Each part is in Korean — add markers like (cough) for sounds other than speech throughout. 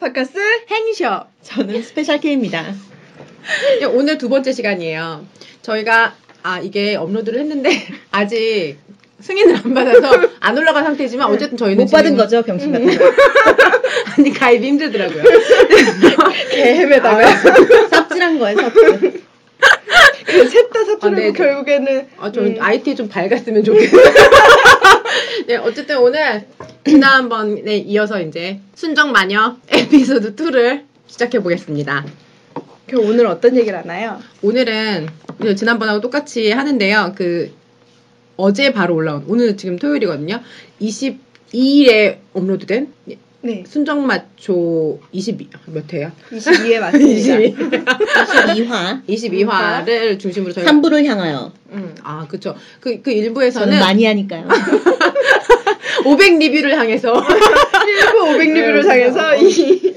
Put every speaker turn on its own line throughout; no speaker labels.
바카스
행셔.
저는 스페셜 K입니다.
예, 오늘 두 번째 시간이에요. 저희가 아 이게 업로드를 했는데 (laughs) 아직 승인을 안 받아서 안 올라간 상태지만 어쨌든 저희는
네. 못 받은
지금- 음.
거죠 병신 같은 거.
(laughs) 아니 가입이 힘들더라고요.
개헤매다가 아, 삽질한 거예요 삽질. 셋다
아, 네.
결국에는
아, 좀
음.
IT 좀 밝았으면 좋겠어요. (laughs) 네, 어쨌든 오늘 지난번에 이어서 이제 순정 마녀 에피소드 2를 시작해 보겠습니다.
그럼 오늘 어떤 얘기를 하나요?
오늘은 이제 지난번하고 똑같이 하는데요. 그 어제 바로 올라온 오늘 지금 토요일이거든요. 22일에 업로드된
네.
순정마초 22몇 회야?
22회
(laughs)
맞습니다.
아,
그러니까.
22화
22화를 중심으로 저희
3부를 향하여.
음, 아 그쵸 그 그
저는
일부에서는
많이 하니까요.
500 리뷰를
(laughs)
향해서
500 리뷰를
네,
상해서
맞아요.
이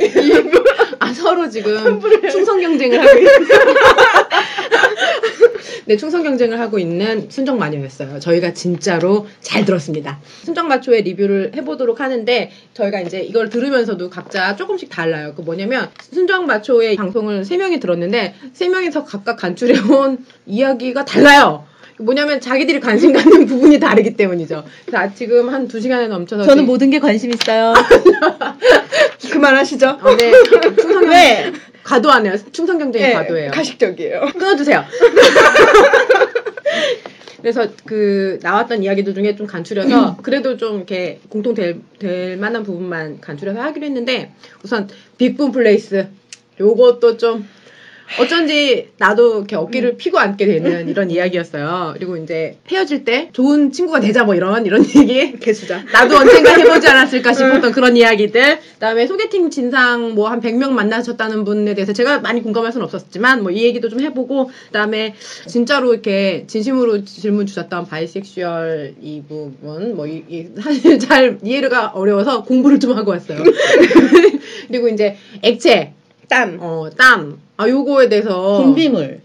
아 서로 지금 충성 경쟁을 하고 있는 (laughs) 네 충성 경쟁을 하고 있는 순정 마녀였어요. 저희가 진짜로 잘 들었습니다. 순정 마초의 리뷰를 해보도록 하는데 저희가 이제 이걸 들으면서도 각자 조금씩 달라요. 그 뭐냐면 순정 마초의 방송을 세 명이 들었는데 세 명이서 각각 간추려온 이야기가 달라요. 뭐냐면 자기들이 관심 갖는 부분이 다르기 때문이죠. 그래서 아, 지금 한 두 시간에 넘쳐서
저는 모든 게 관심 있어요.
(laughs) 그만하시죠.
어, 네. 충성 경쟁
왜?
과도하네요. 충성 경쟁이
네,
과도해요.
가식적이에요.
끊어주세요. 그래서 그 나왔던 이야기들 중에 좀 간추려서 그래도 좀 이렇게 공통될 될 만한 부분만 간추려서 하기로 했는데 우선 빅붐 플레이스 요것도 좀 어쩐지 나도 이렇게 어깨를 피고 앉게 되는 이런 이야기였어요. 그리고 이제 헤어질 때 좋은 친구가 되자 뭐 이런 (laughs) 이런 얘기
개수자.
나도 언젠가 해보지 않았을까 싶었던 그런 이야기들. 그다음에 소개팅 진상 뭐 한 100명 만나셨다는 분에 대해서 제가 많이 공감할 수는 없었지만 뭐 이 얘기도 좀 해보고 그다음에 진짜로 이렇게 진심으로 질문 주셨던 바이섹슈얼 이 부분 뭐 이, 이 사실 잘 이해가 어려워서 공부를 좀 하고 왔어요. (laughs) 그리고 이제 액체,
땀.
어, 땀, 아 요거에
어.
대해서
분비물,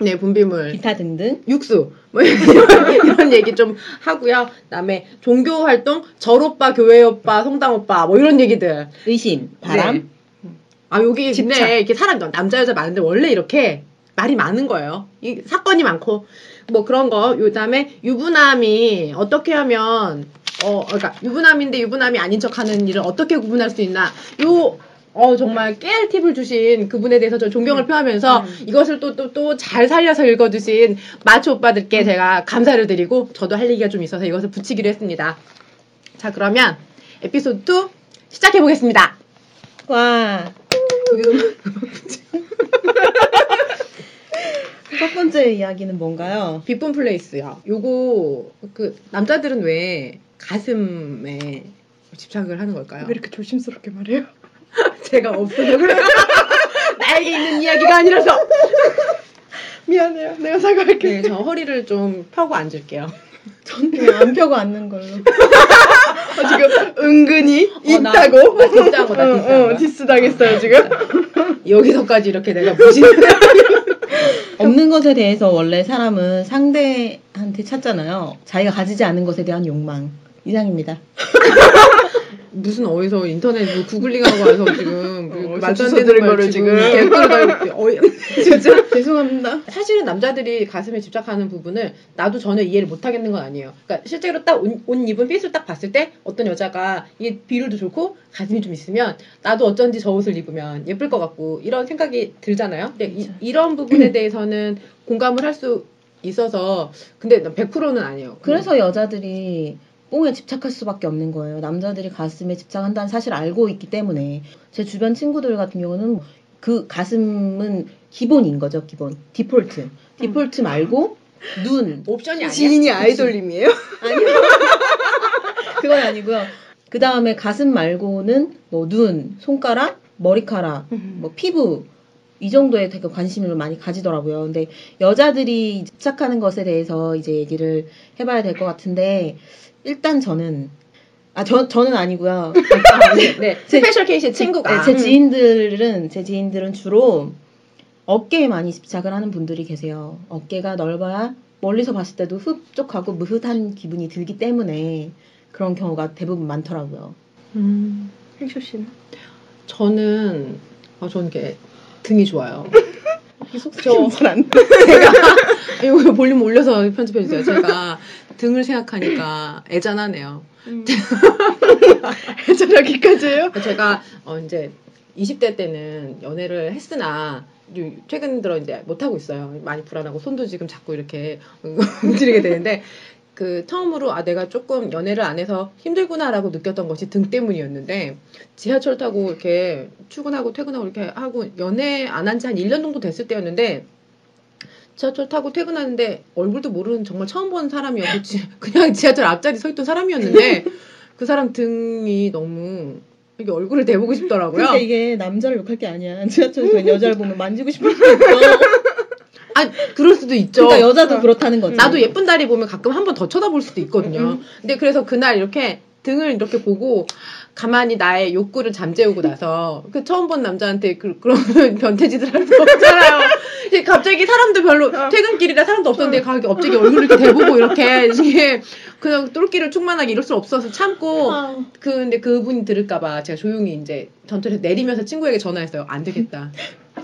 네 분비물
기타 등등.
육수 뭐 이런 (laughs) 얘기 좀 하고요. 그다음에 종교 활동 절 오빠 교회 오빠 성당 오빠 뭐 이런 얘기들.
의심, 바람.
네. 아 여기
집착.
근데 이렇게 사람 남자 여자 많은데 원래 이렇게 말이 많은 거예요. 이 사건이 많고 뭐 그런 거. 그다음에 유부남이 어떻게 하면 어 그러니까 유부남인데 유부남이 아닌 척하는 일을 어떻게 구분할 수 있나. 요 어, 정말 깨알 팁을 주신 그분에 대해서 저 존경을 표하면서 이것을 또, 또, 또 잘 살려서 읽어주신 마초 오빠들께 제가 감사를 드리고 저도 할 얘기가 좀 있어서 이것을 붙이기로 했습니다. 자, 그러면 에피소드 2 시작해보겠습니다.
와.
(laughs)
첫 번째 이야기는 뭔가요?
빅본 플레이스요. 요거 그 남자들은 왜 가슴에 집착을 하는 걸까요?
왜 이렇게 조심스럽게 말해요?
(laughs) 제가 없어서 그래요. (laughs) 나에게 있는 이야기가 아니라서.
미안해요. 내가 사과할게.
네, 저 허리를 좀 펴고 앉을게요.
그냥 안 펴고 앉는 걸로.
어, 지금 은근히
어, 나-
있다고.
나 뒷담화, 나
어,
뒷담화.
어, 디스 당했어요 지금.
여기서까지 이렇게 내가 무신.
(laughs) 없는 것에 대해서 원래 사람은 상대한테 찾잖아요. 자기가 가지지 않은 것에 대한 욕망. 이상입니다.
무슨 어디서 인터넷 뭐 구글링하고 와서 지금 그
어,
말도 안
진짜
되는
들은
걸
거를
지금
지금.
댓글을 다 이렇게
(laughs)
어이.
진짜 (laughs) 죄송합니다.
사실은 남자들이 가슴에 집착하는 부분을 나도 전혀 이해를 못 하겠는 건 아니에요. 그러니까 실제로 딱 옷 입은 핏을 딱 봤을 때 어떤 여자가 이게 비율도 좋고 가슴이 좀 있으면 나도 어쩐지 저 옷을 입으면 예쁠 것 같고 이런 생각이 들잖아요. 근데
그렇죠.
이, 런 부분에 대해서는 공감을 할 수 있어서 근데 100%는 아니에요.
그래서 여자들이 뽕에 집착할 수밖에 없는 거예요. 남자들이 가슴에 집착한다는 사실 알고 있기 때문에 제 주변 친구들 같은 경우는 그 가슴은 기본인 거죠, 기본. 디폴트. 디폴트 말고 눈.
옵션이 아니야.
지인이 아이돌님이에요?
아니요. (laughs) 그건 아니고요. 그 다음에 가슴 말고는 뭐 눈, 손가락, 머리카락, 뭐 피부 이 정도에 되게 관심을 많이 가지더라고요. 근데 여자들이 집착하는 것에 대해서 이제 얘기를 해봐야 될 것 같은데 일단 저는 아 저, 저는 아니고요.
아, (laughs) 네, 네. 스페셜 케이스의 친구가
네, 제 지인들은 제 지인들은 주로 어깨에 많이 집착을 하는 분들이 계세요. 어깨가 넓어야 멀리서 봤을 때도 흡족하고 무흐한 기분이 들기 때문에 그런 경우가 대부분 많더라고요.
음,
행쇼 씨는.
저는 아 저는 이게 등이
(laughs)
좋아요.
저
잘안
제가 예, 이거 볼륨 올려서 편집해 주세요. 제가 등을 생각하니까 애잔하네요. (laughs)
해결하기까지예요?
음. 제가 어, 이제 20대 때는 연애를 했으나 요- 최근 들어 이제 못 하고 있어요. 많이 불안하고 손도 지금 자꾸 이렇게 (laughs) 움직이게 되는데 그 처음으로 아 내가 조금 연애를 안 해서 힘들구나라고 느꼈던 것이 등 때문이었는데 지하철 타고 이렇게 출근하고 퇴근하고 이렇게 하고 연애 안 한 지 한 1년 정도 됐을 때였는데 지하철 타고 퇴근하는데 얼굴도 모르는 정말 처음 본 사람이었고 지- (laughs) 그냥 지하철 앞자리 서 있던 사람이었는데 그 사람 등이 너무 이렇게 얼굴을 대보고 싶더라고요.
근데 이게 남자를 욕할 게 아니야. 지하철에서 여자를 보면 만지고 싶을 수도 있어.
아 그럴 수도 있죠.
그러니까 여자도 그렇다는 거지. 음,
나도 예쁜 다리 보면 가끔 한 번 더 쳐다볼 수도 있거든요. 근데 그래서 그날 이렇게 등을 이렇게 보고 가만히 나의 욕구를 잠재우고 나서 그 처음 본 남자한테 그, 그런 (laughs) 변태짓을 할 수 없잖아요. 이제 갑자기 사람도 별로
어.
퇴근길이라 사람도 없었는데 갑자기 갑자기 얼굴을 이렇게 대보고 이렇게 이게 그냥 똘끼를 충만하게 이럴 수 없어서 참고
아,
그 근데 그분이 들을까봐 제가 조용히 이제 전철에서 내리면서 친구에게 전화했어요. 안 되겠다.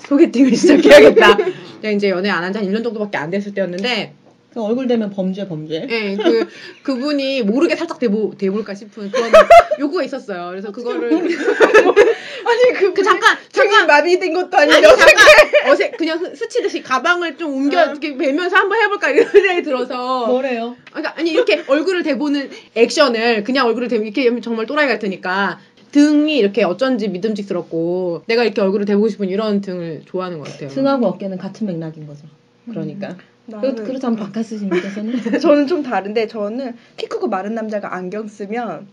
소개팅을 (laughs) 시작해야겠다. 제가 이제 연애 안 한 지 한 1년 정도밖에 안 됐을 때였는데,
그 얼굴 되면 범죄 범죄.
예, 그, 그분이 모르게 살짝 대보, 대볼까 싶은 (laughs) 그런 요구가 있었어요. 그래서 (laughs) 그거를.
아니 그
그 잠깐,
등이
잠깐!
마비된 것도
아니,
아닌데
잠깐! 아. 어색, 그냥 스- 스치듯이 가방을 좀 옮겨, 이렇게 매면서 한번 해볼까 이런 (laughs) 생각이 들어서.
뭐래요?
그러니까 아니 이렇게 얼굴을 대보는 액션을 그냥 얼굴을 대보 이렇게 하면 정말 또라이 같으니까 등이 이렇게 어쩐지 믿음직스럽고 내가 이렇게 얼굴을 대보고 싶은 이런 등을 좋아하는 것 같아요.
등하고 어깨는 같은 맥락인 거죠. 그러니까. 그,
나는-
그렇다면 박카스 님께서는
(laughs) 저는 좀 다른데 저는 키 크고 마른 남자가 안경 쓰면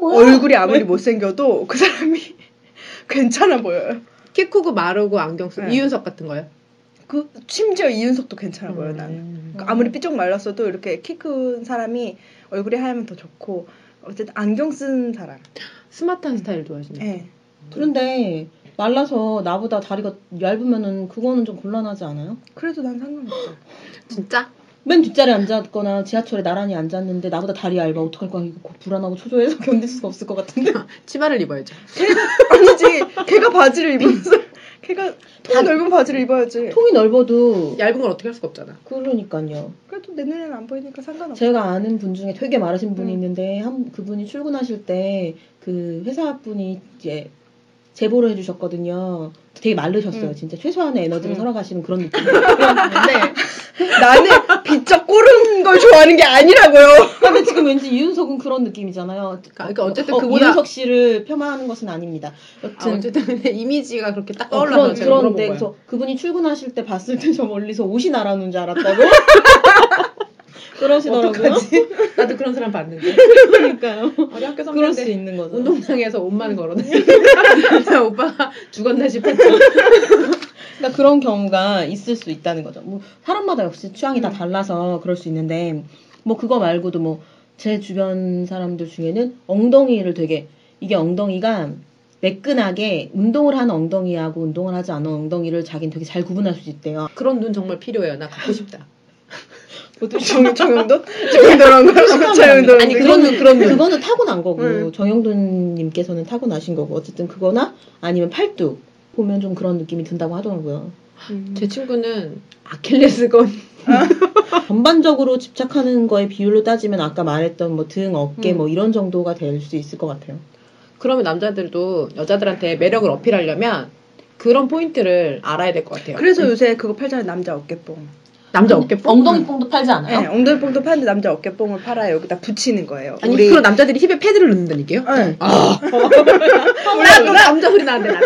얼굴
얼굴이 아무리 못생겨도 그 사람이 (laughs) 괜찮아 보여요.
키 크고 마르고 안경 쓰고
네.
이윤석 같은 거요?
그 심지어 이윤석도 괜찮아 보여 요
음.
나는.
음.
그러니까 아무리 삐쩍 말랐어도 이렇게 키 큰 사람이 얼굴이 하얗면 더 좋고 어쨌든 안경 쓴 사람.
스마트한 스타일
음.
좋아하시네.
예.
그런데 말라서 나보다 다리가 얇으면은 그거는 좀 곤란하지 않아요?
그래도 난 상관없어. (laughs)
진짜?
맨 뒷자리에 앉았거나 지하철에 나란히 앉았는데 나보다 다리 얇아 어떡할 거야 이거 불안하고 초조해서 (laughs) 견딜 수가 없을 것 같은데
아. 치마를 입어야죠.
아니지. 걔가 바지를 입었어. (laughs) 걔가 통 넓은 바지를 입어야지.
통이 넓어도
얇은 걸 어떻게 할 수가 없잖아.
그러니까요
그래도 내 눈에는 안 보이니까 상관없어.
제가 아는 분 중에 되게 마르신 분이
음.
있는데 한 그분이 출근하실 때 그 회사 분이 이제 제보를 해주셨거든요. 되게 마르셨어요.
음.
진짜 최소한의 에너지를
음.
살아가시는 (laughs) 그런
네.
아, 느낌이었는데 (laughs)
나는 비쩍 꼬른 걸 좋아하는 게 아니라고요.
근데 지금 왠지 이윤석은 그런 느낌이잖아요.
그러니까 어쨌든
어,
그보다-
이윤석 씨를 폄하하는 것은 아닙니다.
아,
여튼
어쨌든 근데 이미지가 그렇게 딱
어,
떠올라서
그런,
제가 물어본
그런데
거예요.
그래서 그분이 출근하실 때 봤을 때 저 멀리서 옷이 날아오는
(laughs)
줄 알았다고 그러시더라고요.
어떡하지?
(laughs)
나도 그런 사람 봤는데.
그러니까요. 음.
우리 학교
그럴 수
선배인데
있는 거죠.
운동장에서 옷만
(laughs)
걸어다니는 (laughs) 오빠가 죽었나 싶었죠.
그러니까 그런 경우가 있을 수 있다는 거죠. 뭐 사람마다 역시 취향이 다
음.
달라서 그럴 수 있는데 뭐 그거 말고도 뭐 제 주변 사람들 중에는 엉덩이를 되게 이게 엉덩이가 매끈하게 운동을 한 엉덩이하고 운동을 하지 않은 엉덩이를 자기는 되게 잘 구분할 수 있대요.
그런 눈 정말 필요해요. 나 갖고 싶다.
보통
정, 정영돈? 정영돈한 거? 정영돈.
아니, 그런 눈, 그런 눈.
어, 그거는 타고난 거고
음.
정영돈님께서는 타고나신 거고 어쨌든 그거나 아니면 팔뚝 보면 좀 그런 느낌이 든다고 하더라고요.
그
제 친구는 아킬레스건.
전반적으로 집착하는 거에 비율로 따지면 아까 말했던 뭐 등, 어깨
음.
뭐 이런 정도가 될 수 있을 것 같아요.
그러면 남자들도 여자들한테 매력을 어필하려면 그런 포인트를 알아야 될 것 같아요.
그래서 요새 그거 팔잖아요. 남자 어깨뽕.
남자 어깨뽕.
엉덩이뽕도 팔지
네,
않아요?
엉덩이뽕도 파는데 남자 어깨뽕을 팔아요. 여기다 붙이는 거예요.
아니 그런 남자들이 힙에 패드를 넣는다는
그
얘기예요?
네.
아.
아,
나도 남자 소리 나는데 나.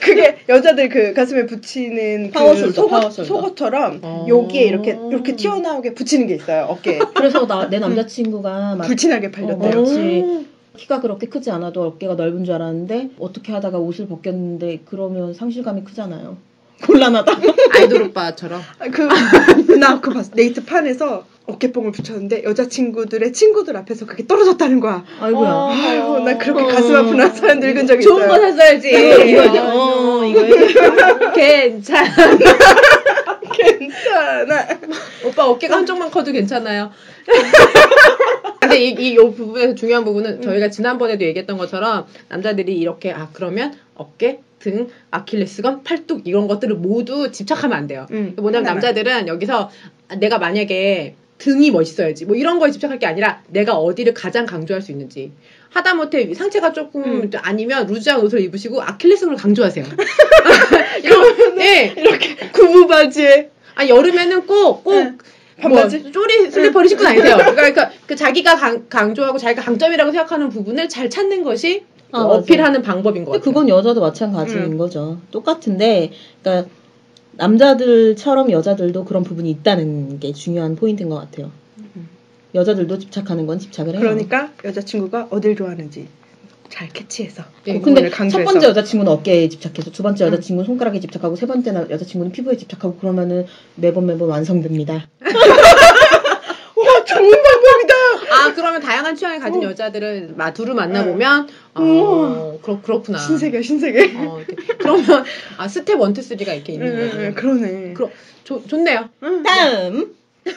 그게 여자들 그 가슴에 붙이는 그
파워숄더,
속옷,
파워숄더.
속옷처럼
어.
여기에 이렇게 이렇게 튀어나오게 붙이는 게 있어요.
(laughs)
어깨에.
그래서 나, 내 남자친구가 막
불친하게
어.
팔렸대요.
그렇지. 키가 그렇게 크지 않아도 어깨가 넓은 줄 알았는데 어떻게 하다가 옷을 벗겼는데 그러면 상실감이 크잖아요. 곤란하다.
(laughs)
아이돌 오빠처럼.
그 나 그거 봤어. 네이트 판에서 어깨뽕을 붙였는데 여자친구들의 친구들 앞에서 그게 떨어졌다는 거야.
아이고야.
어.
아이고 나 그렇게
어.
가슴 아픈 한 사연 읽은 적이
좋은 거
있어요. 네.
샀어야지.
이거죠.
어, 이거. 괜찮아.
(laughs) 괜찮아.
오빠 어깨가 한쪽만 커도
(laughs)
괜찮아요. 근데 이, 이, 요 부분에서 중요한 부분은 저희가 지난번에도 얘기했던 것처럼 남자들이 이렇게 아 그러면 어깨, 등, 아킬레스건, 팔뚝 이런 것들을 모두 집착하면 안 돼요. 그러니까
음,
뭐냐면
하나만.
남자들은 여기서 내가 만약에 등이 멋있어야지 뭐 이런 거에 집착할 게 아니라 내가 어디를 가장 강조할 수 있는지 하다못해 상체가 조금
음.
좀 아니면 루즈한 옷을 입으시고 아킬레스건을 강조하세요. 이거 예.
이렇게 구부 바지에
아 여름에는
응.
꼭꼭
반바지?
뭐, 쪼리 슬리퍼를 신고 다니세요. 그러니까, 그러니까 그 자기가 강, 강조하고 자기가 강점이라고 생각하는 부분을 잘 찾는 것이 그
아, 맞아요.
어필하는 방법인 것
근데
같아요.
그건 여자도 마찬가지인
음.
거죠. 똑같은데, 그러니까 남자들처럼 여자들도 그런 부분이 있다는 게 중요한 포인트인 것 같아요.
음.
여자들도 집착하는 건 집착을 해요.
그러니까 여자친구가 어딜 좋아하는지 잘 캐치해서
예,
그 부분을
어, 네, 근데
강조해서 음.
첫 번째 여자친구는 어깨에 집착해서 두 번째 여자친구는 손가락에 집착하고 세 번째 나- 여자친구는 피부에 집착하고 그러면은 매번 매번 완성됩니다.
와 좋은 방법이다.
아 그러면 다양한 취향을 가진
어.
여자들을 마, 둘을 만나보면 어,
우와.
그렇, 그렇구나.
신세계 신세계.
아. 어, 이렇게. 그러면 아 스텝 1, 2, 3가 이렇게
응,
있는
응,
거예요.
응, 그러네.
그럼- 좋- 좋네요.
응.
다음
(laughs)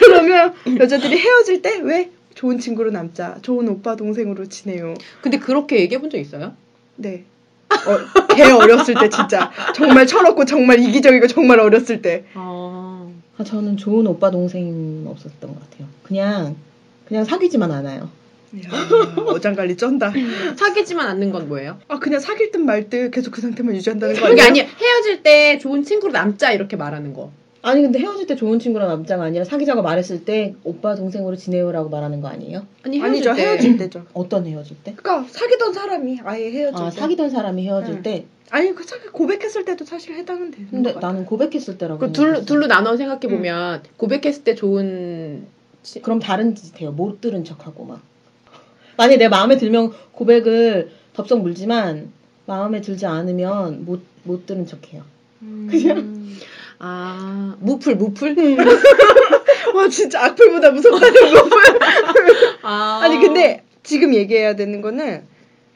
그러면 여자들이 헤어질 때 왜 좋은 친구로 남자, 좋은 오빠 동생으로 지내요.
근데 그렇게 얘기해 본 적 있어요?
네. 어, 개 어렸을 때 진짜 정말 철없고 정말 이기적이고 정말 어렸을 때.
어.
아, 저는 좋은 오빠 동생 없었던 것 같아요. 그냥 그냥 사귀지만 않아요.
이야, 어장관리 쩐다.
사귀지만 않는 건 뭐예요?
아 그냥 사귈 듯 말 듯 계속 그 상태만 유지한다는 거
그게
아니야?
아니 헤어질 때 좋은 친구로 남자 이렇게 말하는 거.
아니 근데 헤어질 때 좋은 친구랑 남자가 아니라 사귀자고 말했을 때 오빠 동생으로 지내요라고 말하는 거 아니에요?
아니 헤어질
아니죠
때
헤어질 때죠.
어떤 헤어질 때?
그러니까 사귀던 사람이 아예 헤어질
아
때.
사귀던 사람이 헤어질
응.
때.
아니 그 사귀 고백했을 때도 사실 해당은 되는
근데
것 같아.
나는 고백했을 때라고.
그 둘,
음.
생각했어.
둘로 나눠 생각해 보면 고백했을 때 좋은
그럼 다른 짓 해요. 못 들은 척하고 막. 만약 내 마음에 들면 고백을 덥석 물지만 마음에 들지 않으면 못, 못 들은 척해요.
음. 그냥 아 무풀 무풀
음. 와 진짜 악플보다 무섭다는 거.
아
아니 근데 지금 얘기해야 되는 거는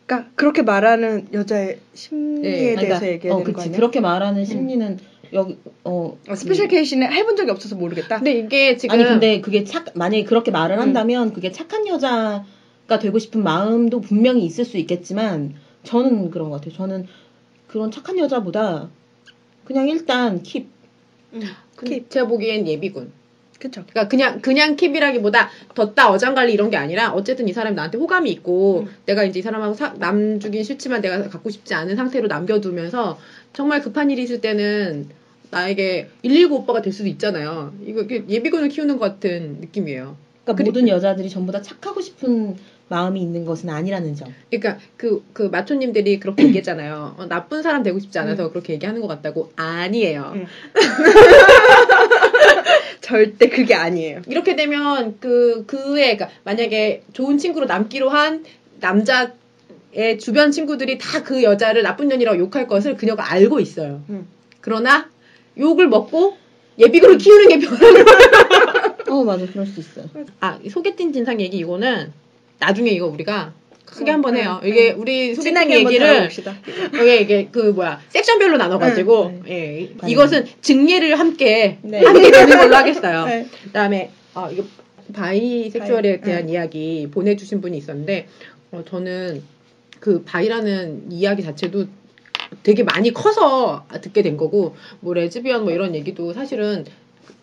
그러니까 그렇게 말하는 여자의 심리에
네,
예, 대해서 얘기해야
어,
되는 거
그치.
아니야?
그렇게 말하는 심리는 여기 어
아, 스페셜 케이시는 해본 적이 없어서 모르겠다.
근데 이게
음.
지금
아니 근데 그게 착 만약에 그렇게 말을
음.
한다면 그게 착한 여자가 되고 싶은 마음도 분명히 있을 수 있겠지만 저는 그런 것 같아요. 저는 그런 착한 여자보다 그냥 일단 킵
그- 제가 보기엔 예비군
그쵸.
그러니까 그냥 그냥 킵이라기보다 덧다 어장관리 이런 게 아니라 어쨌든 이 사람이 나한테 호감이 있고
음.
내가 이제 이 사람하고 사- 남주긴 싫지만 내가 갖고 싶지 않은 상태로 남겨두면서 정말 급한 일이 있을 때는 나에게 119 오빠가 될 수도 있잖아요 이거 이게 예비군을 키우는 것 같은 느낌이에요
그러니까
그리-
모든 여자들이 전부 다 착하고 싶은 마음이 있는 것은 아니라는 점.
그러니까 그, 그 마초님들이 그렇게 (clears throat) 얘기했잖아요. 어, 나쁜 사람 되고 싶지 않아서 그렇게 얘기하는 것 같다고. 아니에요.
음. 절대 그게 아니에요.
이렇게 되면 그, 그의, 그러니까 만약에 좋은 친구로 남기로 한 남자의 주변 친구들이 다 그 여자를 나쁜 년이라고 욕할 것을 그녀가 알고 있어요.
음.
그러나 욕을 먹고 예비군을 키우는 게 변하는 거예요.
어 맞아 그럴 수 있어요.
아, 이 소개팅 진상 얘기 이거는 나중에 이거 우리가 크게
어,
한번
네,
해요.
네.
이게 우리 예, 소개팅
진하게 한번
얘기를 예.
다뤄봅시다. 네.
이게 이게 그 뭐야 섹션별로 나눠가지고 예
반응.
이것은 증례를 함께
네.
함께 되는 걸로 하겠어요.
네.
그다음에 아 이거 바이섹슈얼에
바이, 네.
대한 이야기 보내주신 분이 있었는데 어, 저는 그 바이라는 이야기 자체도 되게 많이 커서 듣게 된 거고 뭐 레즈비언 뭐 이런 얘기도 사실은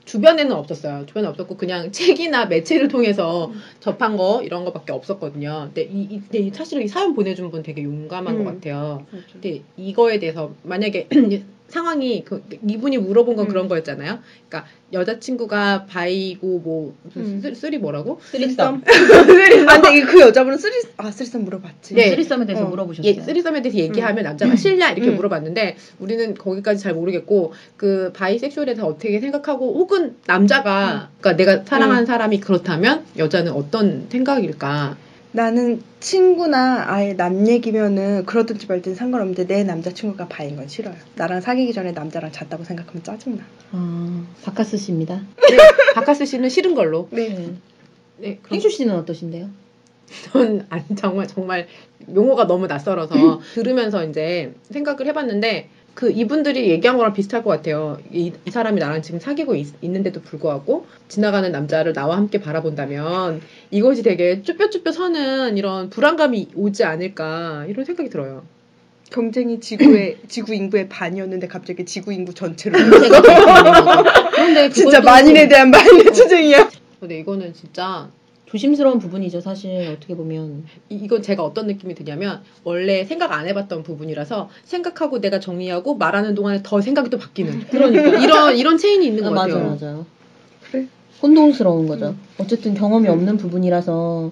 주변에는 없었어요. 주변에 없었고 그냥 (laughs) 책이나 매체를 통해서
음.
접한 거 이런 거밖에 없었거든요. 근데 이, 이- 근데 이 사실은 이 사연 보내준 분 되게 용감한
음.
것 같아요. 근데 이거에 대해서 만약에 (clears throat) 상황이 그 이분이 물어본 건
음.
그런 거였잖아요. 그러니까 여자친구가 바이고 뭐 무슨
음.
쓰- 쓰리 뭐라고?
쓰리썸.
(laughs) 아, 근데 이그 여자분은 쓰리 아 쓰리썸 물어봤지.
네.
쓰리썸에 대해서
어,
물어보셨어요.
예, 쓰리썸에 대해서 얘기하면 남자가 싫냐 이렇게
음.
물어봤는데 우리는 거기까지 잘 모르겠고 그 바이섹슈얼에 대해서 어떻게 생각하고 혹은
음.
남자가 그러니까 내가 사랑하는 사람이 그렇다면 여자는 어떤 생각일까?
나는 친구나 아예 남 얘기면은 그러든지 말든지 상관없는데 내 남자친구가 바인 건 싫어요. 나랑 사귀기 전에 남자랑 잤다고 생각하면 짜증나.
아, 바카스 씨입니다.
네, 박카스 씨는 싫은 걸로.
네.
네, 그럼
핑주 씨는 어떠신데요?
저는 (laughs) 안 정말 정말 용어가 너무 낯설어서 들으면서 이제 생각을 해봤는데 그 이분들이 얘기한 거랑 비슷할 것 같아요. 이, 이 사람이 나랑 지금 사귀고 있, 는데도 불구하고 지나가는 남자를 나와 함께 바라본다면 이것이 되게 쭈뼛쭈뼛 서는 이런 불안감이 오지 않을까 이런 생각이 들어요.
경쟁이 (clears throat) 지구의 지구 인구의 반이었는데 갑자기 지구 인구 (clears throat) 전체로
그런데
(laughs) 진짜
그것도
만인에 대한 만인의 투쟁이야.
근데 이거는 진짜
조심스러운 부분이죠. 사실 어떻게 보면
이- 이건 제가 어떤 느낌이 드냐면 원래 생각 안 해봤던 부분이라서 생각하고 내가 정리하고 말하는 동안에 더 생각이 또 바뀌는
그러니까
이런 이런 체인이 있는
아,
것 같아요.
맞아요, 맞아요.
그래.
혼동스러운 거죠. 어쨌든 경험이 없는 부분이라서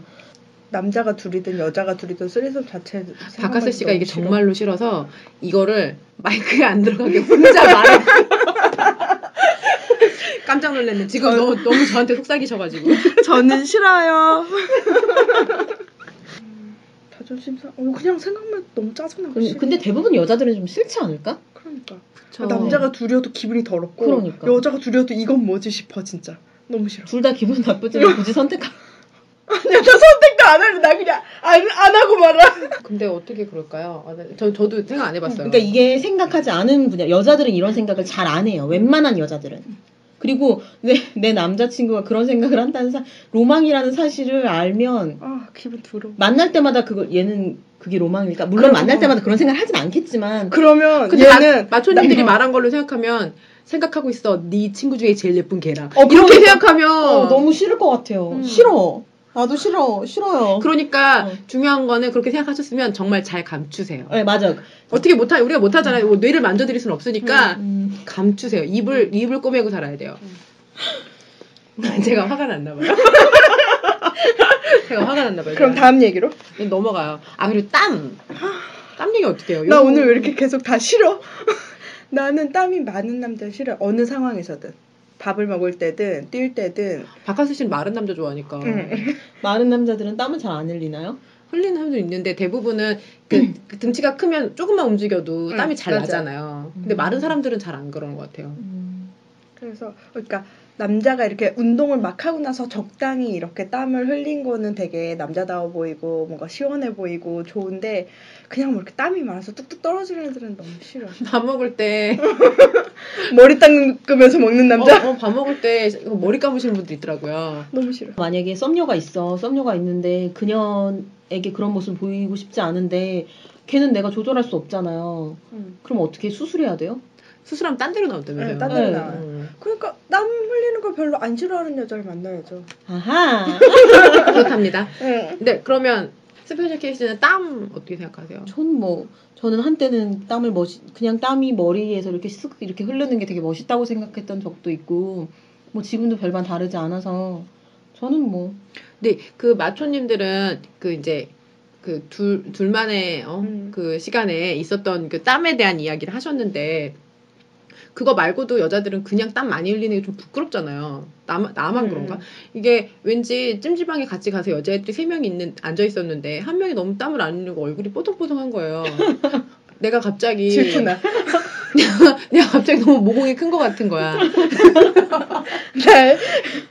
남자가 둘이든 여자가 둘이든 쓰리섬 자체
박카스 씨가 이게 정말로 싫어서 이거를 (laughs) 마이크에 안 들어가게 혼자
(laughs)
말해. 깜짝 놀랐네. 지금 너무, 너무 저한테
(laughs)
속삭이셔가지고.
저는 (laughs) 싫어요. 자존심 상. 어 그냥 생각만 너무 짜증나고
그, 근데,
싫어.
근데 대부분 여자들은 좀 싫지 않을까?
그러니까
저-
남자가 둘이어도 기분이 더럽고
그러니까.
여자가 둘이어도 이건 뭐지 싶어 진짜 너무 싫어.
둘 다 기분 나쁘지만 굳이 선택할
(laughs) 아니야 나 선택도 안 할래 나 그냥 안, 안 하고 말아.
근데 어떻게 그럴까요? 아, 나- 저, 저도 생각 안 해봤어요.
그러니까 이게 생각하지 않은 분야. 여자들은 이런 생각을 잘 안 해요. 웬만한 여자들은. 그리고 내, 내 남자친구가 그런 생각을 한다는 사, 로망이라는 사실을 알면
아 기분 더러워.
만날 때마다 그거 얘는 그게 로망이니까 물론
그럼.
만날 때마다 그런 생각을 하진 않겠지만
그러면
근데
얘는
마, 마초님들이 말한 걸로 생각하면 생각하고 있어. 네 친구 중에 제일 예쁜 걔라.
어,
이렇게
그러니까.
생각하면
어, 너무 싫을 것 같아요.
음.
싫어. 나도 싫어. 싫어요.
그러니까
어.
중요한 거는 그렇게 생각하셨으면 정말 잘 감추세요.
네, 맞아.
어떻게 못하 우리가 못하잖아요. 뭐 뇌를 만져드릴 순 없으니까
음,
감추세요.
음.
입을 입을 꼬매고 살아야 돼요. (laughs) 제가 화가 났나
(laughs)
봐요. 제가 화가 났나 봐요.
그럼 다음 얘기로.
이제 넘어가요. 아 그리고 땀. 땀 얘기 어떻게 해요?
나
요거-
오늘 왜 이렇게 계속 다 싫어? (laughs) 나는 땀이 많은 남자 싫어. 어느 상황에서든. 밥을 먹을 때든 뛸 때든 어.
박하수 씨는 마른 남자 좋아하니까
응.
많은 남자들은 땀은 잘 안 흘리나요?
흘리는 사람도 있는데
(clears throat)
대부분은 그, 그 등치가 크면 조금만 움직여도
응,
땀이 잘
맞아. 음.
나잖아요. 근데
음.
마른 사람들은 잘 안 그런 것 같아요.
그래서 그러니까 남자가 이렇게 운동을 막 하고 나서 적당히 이렇게 땀을 흘린 거는 되게 남자다워 보이고 뭔가 시원해 보이고 좋은데 그냥 뭐 이렇게 땀이 많아서 뚝뚝 떨어지는 애들은 너무
(laughs)
싫어.
밥 먹을 때
머리 닦으면서 먹는 남자
어, 어, 밥 먹을 때 이거 머리 감으시는 분들 있더라고요.
(laughs) 너무 싫어.
만약에 썸녀가 있어, 썸녀가 있는데 그녀에게 그런 모습 보이고 싶지 않은데 걔는 내가 조절할 수 없잖아요.
응.
그럼 어떻게 수술해야 돼요?
수술하면 딴 데로 나온다면서요.
네, 딴 데로
네.
나와.
음.
그러니까 땀 흘리는 걸 별로 안 싫어하는 여자를 만나야죠.
아하.
그렇답니다.
응.
네, 그러면 스페셜 케이스는 땀 어떻게 생각하세요?
전 뭐 저는 한때는 땀을 멋 그냥 땀이 머리에서 이렇게 쓱 이렇게 흐르는 게 되게 멋있다고 생각했던 적도 있고 뭐 지금도 별반 다르지 않아서 저는 뭐
근데 그 마초님들은 그 이제 그 둘, 둘만의 어?
음.
그 시간에 있었던 그 땀에 대한 이야기를 하셨는데 그거 말고도 여자들은 그냥 땀 많이 흘리는 게 좀 부끄럽잖아요. 나, 나만
음.
그런가? 이게 왠지 찜질방에 같이 가서 여자애들이 세 명이 있는 앉아 있었는데 한 명이 너무 땀을 안 흘리고 얼굴이 뽀송뽀송한 거예요. 내가 갑자기
질투나.
(laughs) 내가 갑자기 너무 모공이 큰 것 같은 거야.
날 네.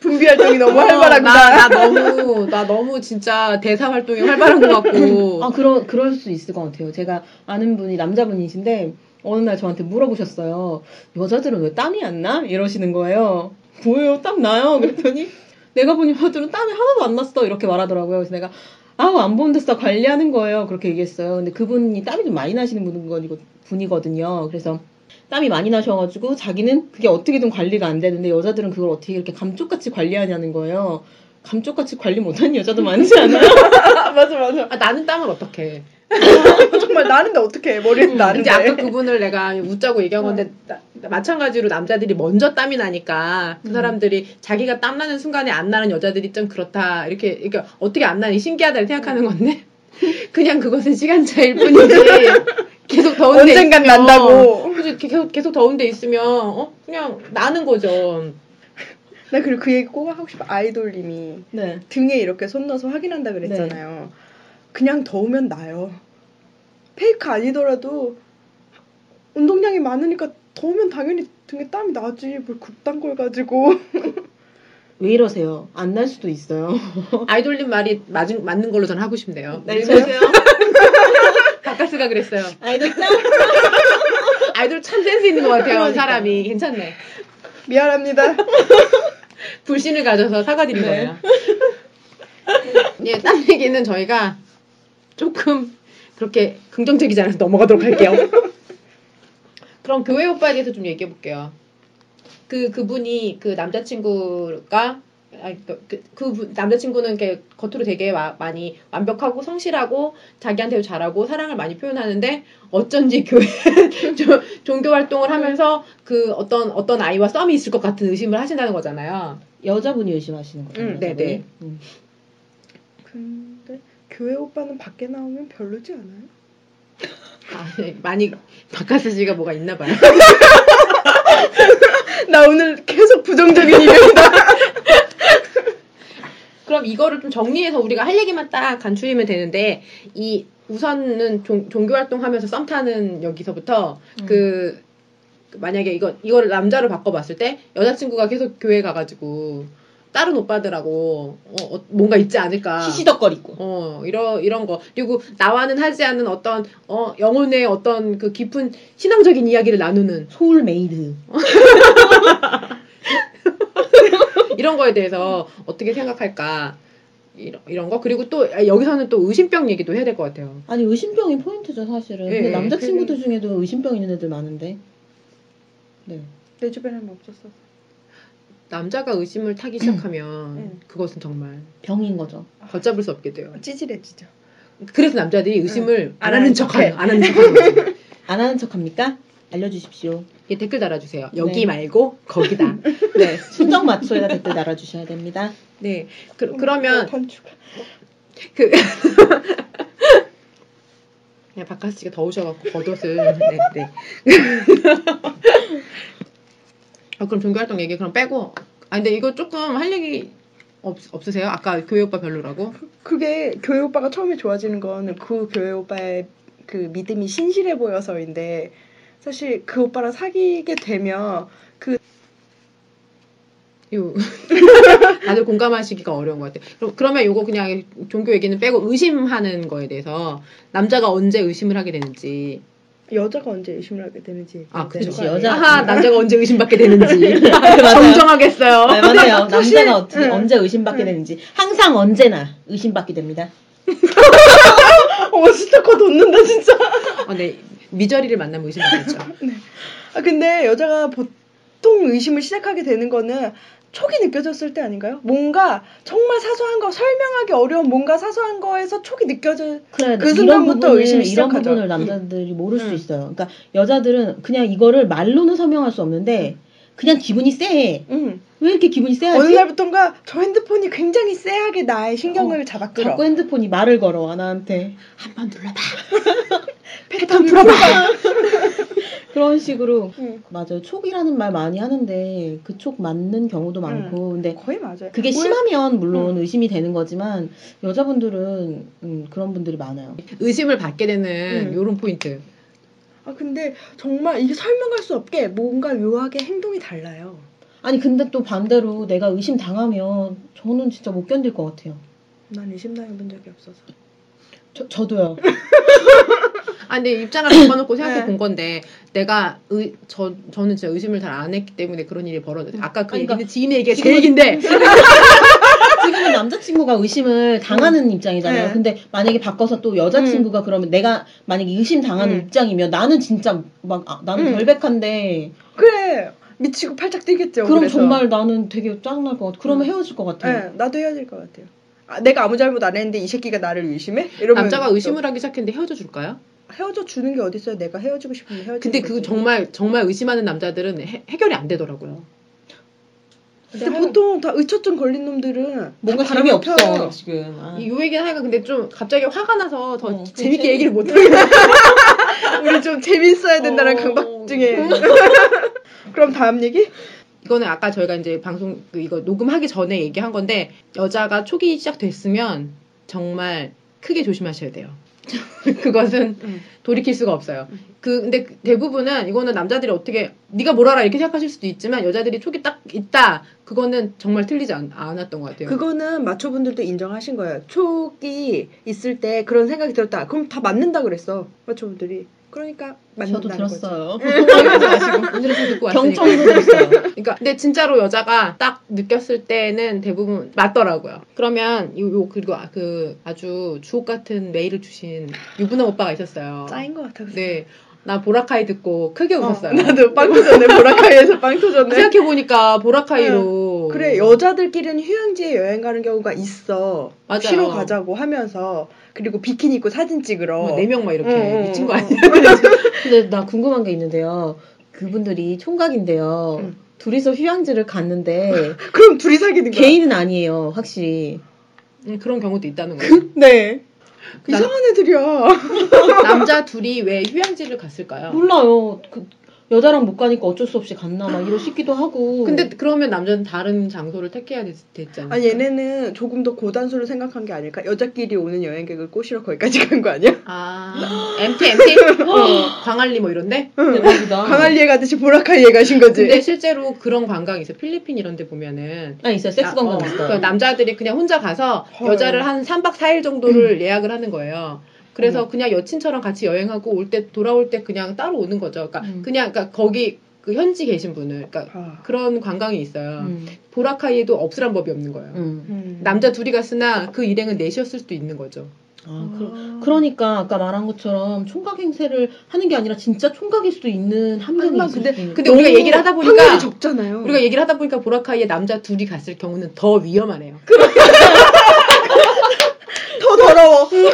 분비 활동이 너무
어,
활발하구나.
나, 나 너무 나 너무 진짜 대사 활동이 활발한 것 같고
아, 그러, 그럴 수 있을 것 같아요. 제가 아는 분이 남자분이신데, 어느 날 저한테 물어보셨어요. 여자들은 왜 땀이 안 나? 이러시는 거예요. 뭐예요? 땀 나요? 그랬더니, 내가 보니 여자들은 땀이 하나도 안 났어. 이렇게 말하더라고요. 그래서 내가, 아우, 안 보는데 진짜 관리하는 거예요. 그렇게 얘기했어요. 근데 그분이 땀이 좀 많이 나시는 분인 거- 분이거든요. 그래서, 땀이 많이 나셔가지고 자기는 그게 어떻게든 관리가 안 되는데 여자들은 그걸 어떻게 이렇게 감쪽같이 관리하냐는 거예요. 감쪽같이 관리 못하는 여자도 많지 않아요? (laughs)
맞아 맞아.
아, 나는 땀을 어떻게
정말 나는데 어떻게 머리는 나는데.
이제 아까 그분을 내가 웃자고 얘기한 건데 나- 나- 마찬가지로 남자들이 먼저 땀이 나니까 그
음.
사람들이 자기가 땀 나는 순간에 안 나는 여자들이 좀 그렇다 이렇게 그러니까 어떻게 안 나니 신기하다 를 생각하는 건데 (laughs) 그냥 그것은 시간 차일 뿐이지 계속 더운데
언젠간 난다고.
그래서 계속 계속 더운데 있으면 어 그냥 나는 거죠.
나 그리고 그 얘기 꼭 하고 싶어. 아이돌님이
네.
등에 이렇게 손 넣어서 확인한다 그랬잖아요. 그냥 더우면 나요. 페이크 아니더라도 운동량이 많으니까 더우면 당연히 등에 땀이 나지. 뭘 극단 걸 가지고. (laughs)
왜 이러세요? 안 날 수도 있어요.
아이돌님 말이 맞은, 맞는 걸로 전 하고 싶네요.
(laughs) 날수 있어요?
바카스가 그랬어요.
아이돌 짱!
아이돌 참 센스 있는 것 같아요.
그러니까.
사람이 괜찮네.
미안합니다.
불신을 가져서 사과드린
네.
거예요. (laughs) 예, 딴 얘기는 저희가 조금 그렇게 긍정적이지 않아서 넘어가도록 할게요. 그럼 교회 오빠에 대해서 좀 얘기해 볼게요. 그 그분이 그 남자친구가 아니, 그, 그, 그 분- 남자친구는 이렇게 겉으로 되게 와- 많이 완벽하고 성실하고 자기한테도 잘하고 사랑을 많이 표현하는데 어쩐지 (laughs) 교회 조- 종교 활동을 하면서 그 어떤 어떤 아이와 썸이 있을 것 같은 의심을 하신다는 거잖아요.
여자분이 의심하시는 거죠.
음, 네, 네.
음.
근데 교회 오빠는 밖에 나오면 별로지 않아요?
아, 네. 많이 바카스 씨가 뭐가 있나 봐요.
나 오늘 계속 부정적인 이야기다.
그럼 이거를 좀 정리해서 우리가 할 얘기만 딱 간추리면 되는데 이 우선은 종, 종교 활동하면서 썸 타는 여기서부터
음.
그 만약에 이거 이거를 남자로 바꿔봤을 때 여자친구가 계속 교회 가가지고 다른 오빠들하고 어, 어, 뭔가 있지 않을까.
아. 시시덕거리고.
어, 이런, 이런 거. 그리고 나와는 하지 않은 어떤, 어, 영혼의 어떤 그 깊은 신앙적인 이야기를 나누는
소울 메이드.
이런 거에 대해서 어떻게 생각할까. 이런, 이런 거. 그리고 또 아, 여기서는 또 의심병 얘기도 해야 될 것 같아요.
아니 의심병이 포인트죠 사실은.
예,
근데
예,
남자친구들 중에도 의심병 있는 애들 많은데. 네.
내 주변에는 없었어.
남자가 의심을 타기 시작하면
음.
그것은 정말
병인 거죠.
걷잡을 수 없게 돼요.
찌질해 찌져.
그래서 남자들이 의심을 음. 안
안
하는
하는
척 하는, 안 하는 척 하는 (laughs) 거죠.
안 하는 척합니까? 알려주십시오.
예, 댓글 달아주세요. 여기
네.
말고 (laughs) 거기다. 네.
순정 마초에다 댓글 달아주셔야 됩니다.
(laughs) 네. 그, 그러면
단축.
그 그냥 바카스 씨가 더우셔갖고 (laughs) 겉옷을 네, 네. 아, 그럼 종교 활동 얘기 그럼 빼고 아 근데 이거 조금 할 얘기 없, 없으세요? 아까 교회 오빠 별로라고?
그게 교회 오빠가 처음에 좋아지는 건 그 교회 오빠의 그 믿음이 신실해 보여서인데 사실 그 오빠랑 사귀게 되면
(laughs)
요 다들 공감하시기가 어려운 것 같아요. 그럼, 그러면 요거 그냥 종교 얘기는 빼고 의심하는 거에 대해서 남자가 언제 의심을 하게 되는지
여자가 언제 의심을 하게 되는지
아, 그쵸.
네,
얘기하는 거
그치, 여자. 네,
아니에요?
아하 남자가 언제 의심받게
(laughs)
되는지
맞아요.
(laughs) 정정하겠어요.
네, 맞아요.
사실-
남자가 어떻게,
응.
언제 의심받게
응.
되는지 항상 언제나 의심받게 됩니다.
어 진짜 곧 웃는다 진짜
아, 네. 미저리를 만나면 의심받겠죠.
아, 근데 여자가 보통 의심을 시작하게 되는 거는 촉이 느껴졌을 때 아닌가요? 뭔가 정말 사소한 거 설명하기 어려운 뭔가 사소한 거에서 촉이 느껴져
그래,
그
이런
순간부터
부분을-
의심이
이런
시작하죠.
부분을 남자들이 모를
음.
수 있어요. 그러니까 여자들은 그냥 이거를 말로는 설명할 수 없는데 그냥 기분이 쎄해.
응.
왜 이렇게 기분이
네,
쎄하지?
음. 어느 날부턴가 저 핸드폰이 굉장히 쎄하게 나의 신경을 잡아 끌어
자꾸 핸드폰이 말을 걸어 나한테
한 번
(laughs)
눌러봐.
패턴
그런 식으로
응.
맞아요. 촉이라는 말 많이 하는데 그 촉 맞는 경우도 많고 근데
거의 맞아요
그게
왜-
심하면 물론
음.
의심이 되는 거지만 여자분들은 음, 그런 분들이 많아요.
의심을 받게 되는
음.
요런 포인트.
아 근데 정말 이게 설명할 수 없게 뭔가 묘하게 행동이 달라요.
아니 근데 또 반대로 내가 의심 당하면 저는 진짜 못 견딜 것 같아요.
난 의심당해본 적이 없어서.
저, 저도요.
아, 근데 입장을 바꿔놓고 생각해
네.
본 건데, 내가, 의, 저, 저는 진짜 의심을 잘 안 했기 때문에 그런 일이 벌어졌어요. 아까 그
아니, 그러니까
얘기는 지인의 얘기가 제
지금은-
얘기인데,
(laughs)
지금은 남자친구가 의심을 당하는 입장이잖아요.
네.
근데 만약에 바꿔서 또 여자친구가 그러면 내가 만약에 의심 당하는
음.
입장이면 나는 진짜 막 아, 나는
음.
결백한데
그래 미치고 팔짝 뛰겠죠.
그럼
그래서.
정말 나는 되게 짜증날 것 같아. 그러면
음.
헤어질 것 같아요.
네, 나도 헤어질 것 같아요. 아, 내가 아무 잘못 안 했는데 이 새끼가 나를 의심해? 이러면
남자가
또
의심을 하기 시작했는데 헤어져 줄까요?
헤어져 주는 게 어딨어요? 내가 헤어지고 싶으면 헤어져.
근데 그 정말, 정말 의심하는 남자들은 해, 결이안 되더라고요.
근데 보통 다 의처증 걸린 놈들은
뭔가
바람을
재미없어
펴요.
지금. 아.
이 얘기는 하니까 근데 좀 갑자기 화가 나서 더
어,
재밌게
재밌-
얘기를
(laughs)
못 하겠다.
우리 좀 재밌어야 된다는
어.
강박 중에. 그럼 다음 얘기?
이거는 아까 저희가 이제 방송 그 이거 녹음하기 전에 얘기한 건데 여자가 초기 시작됐으면 정말 크게 조심하셔야 돼요. (laughs) 그것은
음.
돌이킬 수가 없어요.
음.
그 근데 대부분은 이거는 남자들이 어떻게 네가 뭘 알아 이렇게 생각하실 수도 있지만 여자들이 초기 딱 있다 그거는 정말 틀리지 않, 않았던 것 같아요.
그거는 마초분들도 인정하신 거예요. 초기 있을 때 그런 생각이 들었다. 그럼 다 맞는다 그랬어. 마초분들이. 그러니까 맞는다는 음.
저도 들었어요. (laughs)
오늘은 다 듣고 왔으니까.
경청도
(laughs)
들었어요.
(laughs) 그러니까 근데 진짜로 여자가 딱 느꼈을 때는 대부분 맞더라고요. 그러면 요, 요 그리고 아, 그 아주 주옥 같은 메일을 주신 유부남 오빠가 있었어요.
거지. 짜인 것 같아. 네.
네. 나 보라카이 듣고 크게 웃었어요. 어,
나도
(laughs)
빵 터졌네. 보라카이에서 빵 터졌네.
생각해보니까 보라카이로.
그래 여자들끼리는 휴양지에 여행 가는 경우가 있어.
맞아요.
쉬러 가자고 하면서 그리고 비키니 입고 사진 찍으러.
네 명 막 이렇게
응, 응,
미친
응,
거
응.
아니야?
근데 나 궁금한 게 있는데요. 그분들이 총각인데요.
음.
둘이서 휴양지를 갔는데
그럼 둘이 사귀는 거야.
개인은 아니에요, 확실히.
응, 그런 경우도 있다는 거예요.
네.
나-
이상한 애들이야.
음. 남자 둘이 왜 휴양지를 갔을까요?
몰라요. 그 여자랑 못 가니까 어쩔 수 없이 갔나 막 이러 (gasps) 싶기도 하고. 네,
근데 그러면 남자는 다른 장소를 택해야 됐, 됐잖아요.
아 얘네는 조금 더 고단수를 생각한 게 아닐까? 여자끼리 오는 여행객을 꼬시러 거기까지 간 거 아니야?
아, (gasps) MT,
(gasps)
MT? 광안리 뭐 이런데?
대박이다.
강할리에 가듯이 보라카이에 가신 거지.
근데 실제로 그런 관광이 있어요. 필리핀 이런 데 보면은.
아 있어요. 섹스 관광
어,
있어요.
그러니까 남자들이 그냥 혼자 가서
헐. 음.
여자를 한 3박 4일 정도를 예약을 하는 거예요. 그래서 그냥 여친처럼 같이 여행하고 올 때 돌아올 때 그냥 따로 오는 거죠. 그러니까
음.
그냥 그러니까 거기 그 현지 계신 분을 그러니까
아.
그런 관광이 있어요.
음.
보라카이에도 없으란 법이 없는 거예요.
음.
음.
남자 둘이 갔으나 그 일행은 넷이었을 수도 있는 거죠. 음.
아, 그, 그러니까 아까 말한 것처럼 총각 행세를 하는 게 아니라 진짜 총각일 수도 있는 함정이
함정.
있을 수도 있는.
근데 우리가
너무
얘기를 하다
확률이
보니까
적잖아요.
음.
우리가 얘기를 하다 보니까 보라카이에 남자 둘이 갔을 경우는 더 위험하네요.
더 더러워.
음.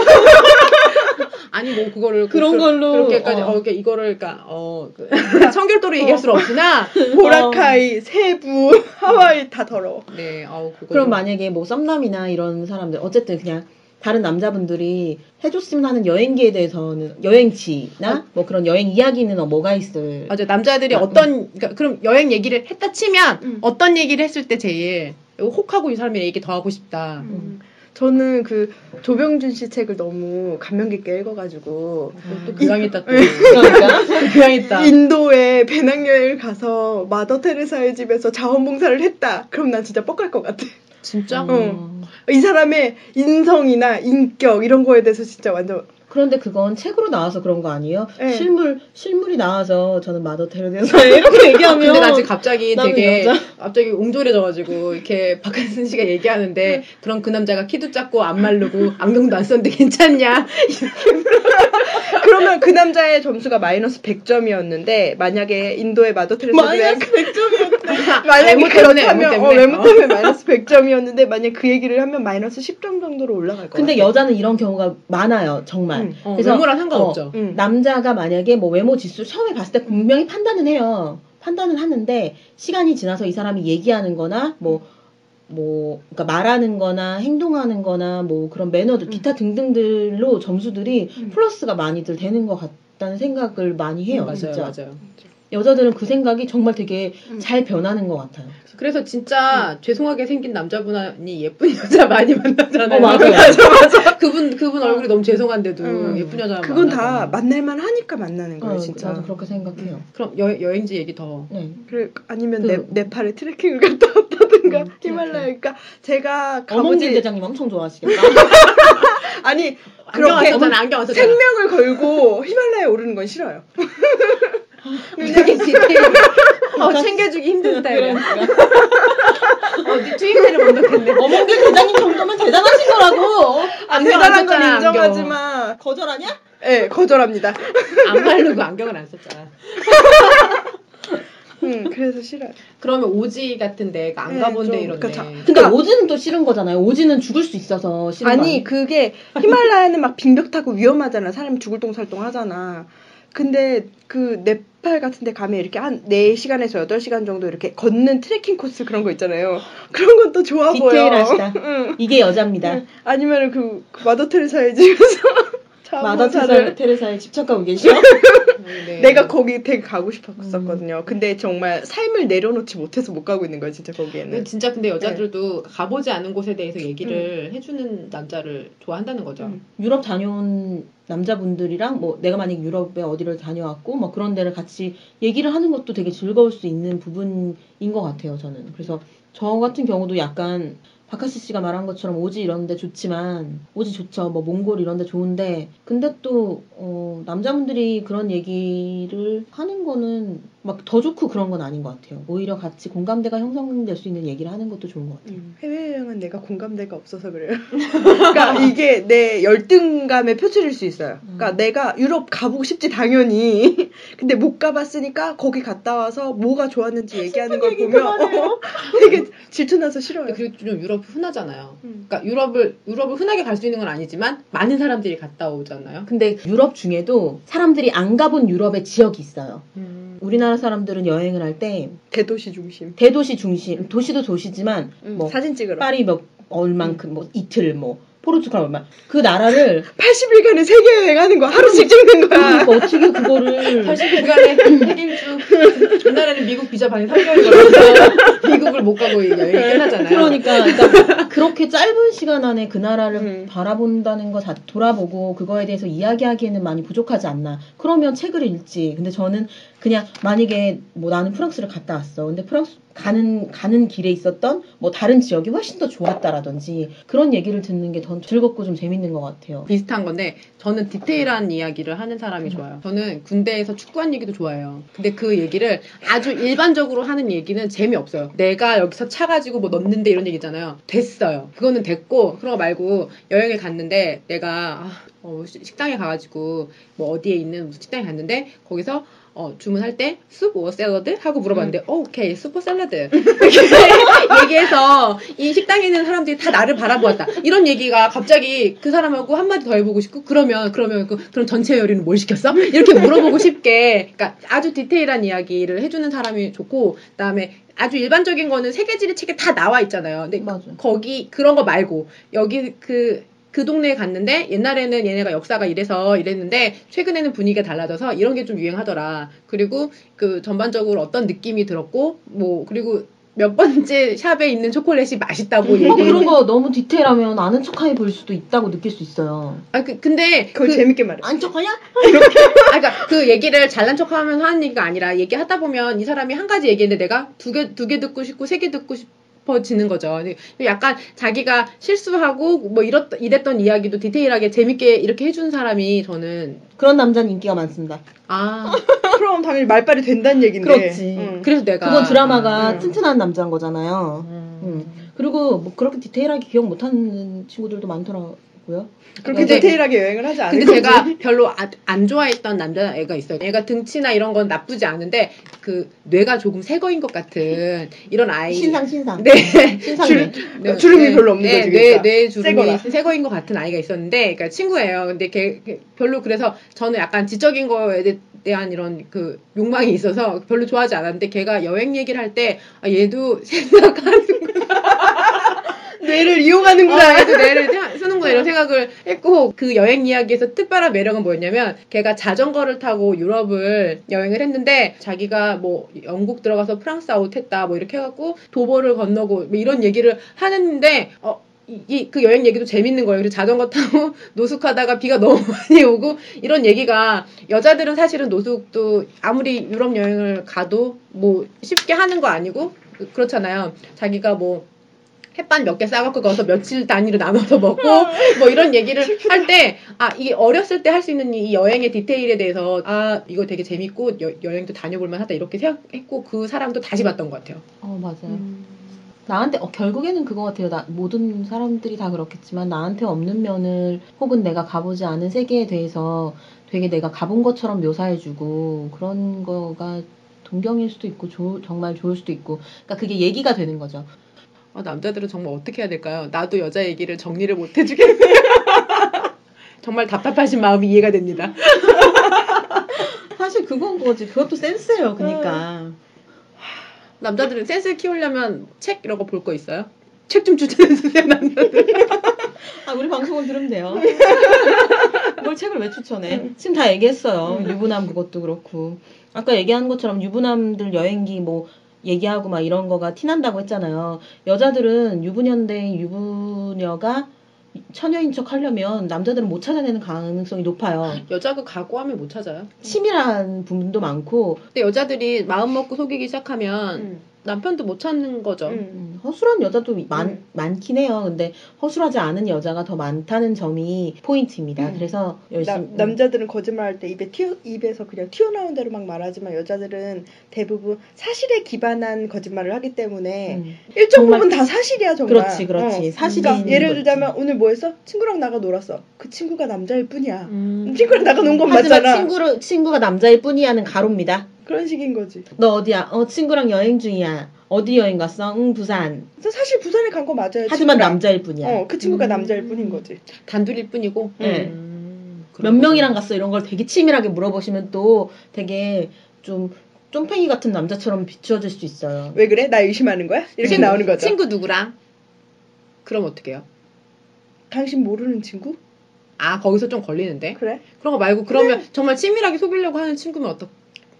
아니 뭐 그거를
그런
그-
걸로,
그렇게까지
어.
어, 이렇게 이거를 그러니까 어, 그 (laughs) 청결도로 얘기할 수는 (laughs) 없으나 음.
보라카이, 세부, (laughs) 하와이 다 더러워.
네, 아우 그거
그럼 만약에 뭐 썸남이나 이런 사람들 어쨌든 그냥 다른 남자분들이 해줬으면 하는 여행기에 대해서는 여행지나 뭐 그런 여행 이야기는 어, 뭐가 있을?
맞아 남자들이
음.
어떤 그러니까 그럼 여행 얘기를 했다 치면
음.
어떤 얘기를 했을 때 제일 혹하고 이 사람이 얘기 더 하고 싶다.
음.
저는 그 조병준 씨 책을 너무 감명 깊게 읽어가지고 음.
또 교양있다 또.
그러니까
교양있다.
인도에 배낭여행을 가서 마더 테레사의 집에서 자원봉사를 했다. 그럼 난 진짜 뻑갈 것 같아.
진짜?
어.
응. 이 사람의 인성이나 인격 이런 거에 대해서 진짜 완전
그런데 그건 책으로 나와서 그런 거 아니에요?
네.
실물 실물이 나와서 저는 마더 테레사 이렇게 얘기하면
근데 나 지금 갑자기
나는
되게
여자.
갑자기 옹졸해져가지고 이렇게 박한순 씨가 얘기하는데 그럼 그 남자가 키도 작고 안 마르고 안경도 안 썼는데 괜찮냐?
그러면 그 남자의 점수가 마이너스 100점이었는데 만약에 인도의 마더 테레사
마이너스 100점이었대.
(laughs) 만약에
외모 때문에,
그렇다면
외모
어,
때문에.
외모 때문에 마이너스 100점이었는데 만약 그 얘기를 하면 마이너스 10점 정도로 올라갈 것 음,
근데
같아.
여자는 이런 경우가 많아요, 정말.
응,
어,
그래서-
외모랑 상관없죠.
어.
응.
남자가 만약에 뭐 외모 지수 처음에 봤을 때 분명히 판단은 해요. 판단은 하는데 시간이 지나서 이 사람이 얘기하는 거나 뭐, 뭐, 그러니까 말하는 거나 행동하는 거나 뭐 그런 매너들,
음.
기타 등등들로 점수들이
음.
플러스가 많이들 되는 것 같다는 생각을 많이 해요.
음, 맞아요,
진짜.
맞아요.
여자들은 그 생각이 정말 되게
음.
잘 변하는 것 같아요.
그래서 진짜 죄송하게 생긴 남자분이 예쁜 여자 많이 만나잖아요.
어, 맞아요.
맞아, 맞아. 그분 그분 얼굴이 너무 죄송한데도
어. 음.
예쁜 여자
그건 다
만나잖아요.
만날만 하니까 만나는 거예요
어,
진짜.
나도 그렇게 생각해요.
그럼 여, 여행지 얘기 더.
네.
그래, 아니면
그-
네, 네팔에 트레킹을 갔다 왔다든가
음, 트레킹.
(laughs) 히말라야니까 그러니까 제가
어몽진
가보지
대장님 엄청 (laughs) 좋아하시겠다.
아니
안경 안
그렇게
썼잖아. 안경 안 썼잖아.
생명을 걸고 (laughs) 히말라야에 오르는 건 싫어요. 음.
되게
(laughs)
디테일. 어, 챙겨주기 힘든
(laughs)
스타일이야.
그러니까.
어, 네 추임새를 못 넣겠네.
어몽진 대장님 정도면 대단하신 거라고.
아,
안경 안
대단한 건
썼잖아,
인정하지만
거절하냐?
예 거절합니다.
안 바르고 안경을 안 썼잖아.
음 그래서 싫어요.
그러면 오지 같은 데가 안
네,
가본 데
좀
이런 데.
그러니까
근데 그러니까 오지는 또 싫은 거잖아요. 오지는 죽을 수 있어서 싫은 거
아니 그게 히말라야는 막 빙벽 타고 위험하잖아. 사람 죽을 동살동 하잖아. 근데 그 네팔 같은 데 가면 이렇게 한 4시간에서 8시간 정도 이렇게 걷는 트레킹 코스 그런 거 있잖아요. (laughs) 그런 건 또 좋아 보여.
디테일하시다.
(laughs)
네.
응.
이게 여자입니다.
아니면 그, 그 마더 테레사의 집에서 (laughs)
마다테사
자원봉사를
테레사에 집착하고 계셔?
네.
내가 거기 되게 가고 싶었었거든요. 근데 정말 삶을 내려놓지 못해서 못 가고 있는 거야 진짜
근데
거기에는.
네. 진짜 근데 여자들도
네.
가보지 않은 곳에 대해서 얘기를 해주는 남자를 좋아한다는 거죠.
음.
유럽 다녀온 남자분들이랑 뭐 내가 만약 유럽에 어디를 다녀왔고 뭐 그런 데를 같이 얘기를 하는 것도 되게 즐거울 수 있는 부분인 것 같아요 저는 그래서 저 같은 경우도 약간 바카스 씨가 말한 것처럼 오지 이런데 좋지만 오지 좋죠 뭐 몽골 이런데 좋은데 근데 또 어, 남자분들이 그런 얘기를 하는 거는 막 더 좋고 그런 건 아닌 것 같아요 오히려 같이 공감대가 형성될 수 있는 얘기를 하는 것도 좋은 것 같아요
음. 해외여행은 내가 공감대가 없어서 그래요. (laughs) 그러니까 이게 내 열등감에 표출일 수 있어요. 그러니까
음.
내가 유럽 가보고 싶지 당연히. (laughs) 근데 못 가봤으니까 거기 갔다 와서 뭐가 좋았는지 얘기하는 걸 보면 (laughs) 어, 되게 질투나서 싫어요.
그리고 좀 유럽 흔하잖아요.
음.
그러니까 유럽을 유럽을 흔하게 갈 수 있는 건 아니지만 많은 사람들이 갔다 오잖아요.
근데 유럽 중에도 사람들이 안 가본 유럽의 지역이 있어요
음.
우리나라 사람들은 여행을 할 때
대도시 중심.
대도시 중심, 도시도 도시지만 뭐
음, 사진 찍으러.
파리 몇 얼만큼 뭐 이틀 뭐 포르투갈 얼마 그 나라를
80일간의 세계 여행하는 거 하루씩 찍는 거야.
그러니까 어떻게 그거를
80일간의 (laughs) 핵일주 옛날에는 미국 비자 반이 네. 3개월 걸려서 미국을 못 가고 여행 끝나잖아요.
그러니까, 그러니까 그렇게 짧은 시간 안에 그 나라를
음.
바라본다는 거 다 돌아보고 그거에 대해서 이야기하기에는 많이 부족하지 않나. 그러면 책을 읽지. 근데 저는 그냥 만약에 뭐 나는 프랑스를 갔다 왔어. 근데 프랑스 가는 가는 길에 있었던 뭐 다른 지역이 훨씬 더 좋았다라든지 그런 얘기를 듣는 게 더 즐겁고 좀 재밌는 것 같아요.
비슷한 건데 저는 디테일한 이야기를 하는 사람이 좋아요. 저는 군대에서 축구한 얘기도 좋아해요. 근데 그 얘기를 아주 일반적으로 하는 얘기는 재미없어요. 내가 여기서 차 가지고 뭐 넣는데 이런 얘기잖아요. 됐어요. 그거는 됐고 그런 거 말고 여행을 갔는데 내가 아, 어, 시- 식당에 가가지고 뭐 어디에 있는 무슨 식당에 갔는데 거기서 어, 주문할 때 숲, 오, 샐러드? 하고 물어봤는데, 어, 오케이, 슈퍼 샐러드. 이렇게 (laughs) 얘기해서, 이 식당에 있는 사람들이 다 나를 바라보았다. 이런 얘기가 갑자기 그 사람하고 한마디 더 해보고 싶고, 그러면, 그러면, 그, 그럼 전체 요리는 뭘 시켰어? 이렇게 물어보고 싶게, 그러니까 아주 디테일한 이야기를 해주는 사람이 좋고, 그 다음에 아주 일반적인 거는 세계지리 책에 다 나와 있잖아요. 근데
맞아.
거기 그런 거 말고 여기 그 그 동네에 갔는데 옛날에는 얘네가 역사가 이래서 이랬는데 최근에는 분위기가 달라져서 이런 게 좀 유행하더라. 그리고 그 전반적으로 어떤 느낌이 들었고 뭐 그리고 몇 번째 샵에 있는 초콜릿이
(laughs)
맛있다고
뭐
얘기.
그런 거 너무 디테일하면 아는 척하게 보일 수도 있다고 느낄 수 있어요.
아 그, 근데
그걸 재밌게 말해.
안 척하냐?
아, 그러니까 그 얘기를 잘난 척하면서 하는 얘기가 아니라 얘기하다 보면 이 사람이 한 가지 얘기인데 내가 두 개 두 개 듣고 싶고 세 개 듣고 싶어지는 거죠. 근데 약간 자기가 실수하고 뭐 이렇 이랬던 이야기도 디테일하게 재밌게 이렇게 해준 사람이 저는
그런 남자는 인기가 많습니다.
아
그럼 당연히 말빨이 된다는 얘긴데. 음.
그렇지.
응.
그래서 내가
그건 드라마가
음.
튼튼한 남자인 거잖아요.
음.
그리고 뭐 그렇게 디테일하게 기억 못하는 친구들도 많더라고요.
그렇게
근데-
디테일하게 여행을 하지 않을
근데
거지.
제가 별로 아- 안 좋아했던 남자애가 있어요. 애가 등치나 이런 건 나쁘지 않은데 그 뇌가 조금 새거인 것 같은 이런 아이.
신상 신상.
네.
신상이네.
네,
주름이
네,
별로 없는
네,
거지,
뇌,
그러니까.
뇌 주름이
새거라.
새거인 것 같은 아이가 있었는데, 그러니까 친구예요. 근데 걔, 걔 별로 그래서 저는 약간 지적인 거에 대- 대한 이런 그 욕망이 있어서 별로 좋아하지 않았는데, 걔가 여행 얘기를 할 때, 아, 얘도 (laughs) 생각하는
뇌를 이용하는구나.
거야. 얘도 어, 뇌를 생각- 쓰는구나 이런 생각을 했고, 그 여행 이야기에서 특별한 매력은 뭐였냐면, 걔가 자전거를 타고 유럽을 여행을 했는데, 자기가 뭐 영국 들어가서 프랑스 아웃했다, 뭐 이렇게 해갖고, 도보를 건너고, 뭐 이런 얘기를 하는데, 어, 이 그 여행 얘기도 재밌는 거예요. 그래서 자전거 타고 (laughs) 노숙하다가 비가 너무 많이 오고 이런 얘기가 여자들은 사실은 노숙도 아무리 유럽 여행을 가도 뭐 쉽게 하는 거 아니고 그- 그렇잖아요. 자기가 뭐 햇반 몇 개 싸갖고 거기서 며칠 단위로 나눠서 먹고 뭐 이런 얘기를 할 때 아 이게 어렸을 때 할 수 있는 이 여행의 디테일에 대해서 아 이거 되게 재밌고 여, 여행도 다녀볼만하다 이렇게 생각했고 그 사람도 다시 봤던 것 같아요.
어 맞아요.
음.
나한테 어, 결국에는 그거 같아요. 나, 모든 사람들이 다 그렇겠지만 나한테 없는 면을 혹은 내가 가보지 않은 세계에 대해서 되게 내가 가본 것처럼 묘사해주고 그런 거가 동경일 수도 있고 좋- 정말 좋을 수도 있고 그러니까 그게 얘기가 되는 거죠.
아, 남자들은 정말 어떻게 해야 될까요? 나도 여자 얘기를 정리를 못 해주겠네요. (laughs) 정말 답답하신 마음이 이해가 됩니다.
사실 그건 거지. 그것도 센스예요. 그러니까.
남자들은 센스 키우려면 책 이런 거 볼 거 있어요? 책 좀 추천해주세요, 남자들.
아, 우리 방송을 들으면
(laughs)
돼요. 뭘 책을 왜
음.
추천해? 지금 다 얘기했어요. 유부남 그것도 그렇고. 아까 얘기한 것처럼 유부남들 여행기 뭐 얘기하고 막 이런 거가 티난다고 했잖아요. 여자들은 유부녀인데 유부녀가 처녀인 척 하려면 남자들은 못 찾아내는 가능성이 높아요.
(laughs)
음.
여자가 각오하면 못 찾아요.
치밀한 부분도 많고
근데 여자들이 마음 먹고 속이기 시작하면
음.
남편도 못 찾는 거죠.
음.
음, 허술한 여자도 많,
음.
많긴 해요. 근데 허술하지 않은 여자가 더 많다는 점이 포인트입니다.
음.
그래서
나-
열심히
남자들은 거짓말할 때 입에 튀어, 입에서 그냥 튀어나온 대로 막 말하지만 여자들은 대부분 사실에 기반한 거짓말을 하기 때문에
음.
일정
정말-
부분 다 사실이야 정말.
그렇지, 그렇지. 사실이
그러니까 예를
거지.
들자면 오늘 뭐 했어? 친구랑 나가 놀았어. 그 친구가 남자일 뿐이야.
음.
친구랑 나가 논 건
하지만
어, 맞잖아.
친구를, 친구가 남자일 뿐이야는 가로입니다.
그런 식인 거지.
너 어디야? 어 친구랑 여행 중이야. 어디 여행 갔어? 응 부산.
그래서 사실 부산에 간 거 맞아요.
하지만
친구랑.
남자일 뿐이야.
어, 그 친구가
음.
남자일 뿐인 거지.
단둘일 뿐이고.
네.
음,
몇
그런
명이랑
거구나.
갔어? 이런 걸 되게 치밀하게 물어보시면 또 되게 좀 쫌팽이 같은 남자처럼 비추어질 수 있어요.
왜 그래? 나 의심하는 거야? 이렇게
친구,
나오는 거죠.
친구 누구랑? 그럼 어떡해요?
당신 모르는 친구?
아, 거기서 좀 걸리는데?
그래?
그런 거 말고 그러면 정말 치밀하게 속이려고 하는 친구면 어떡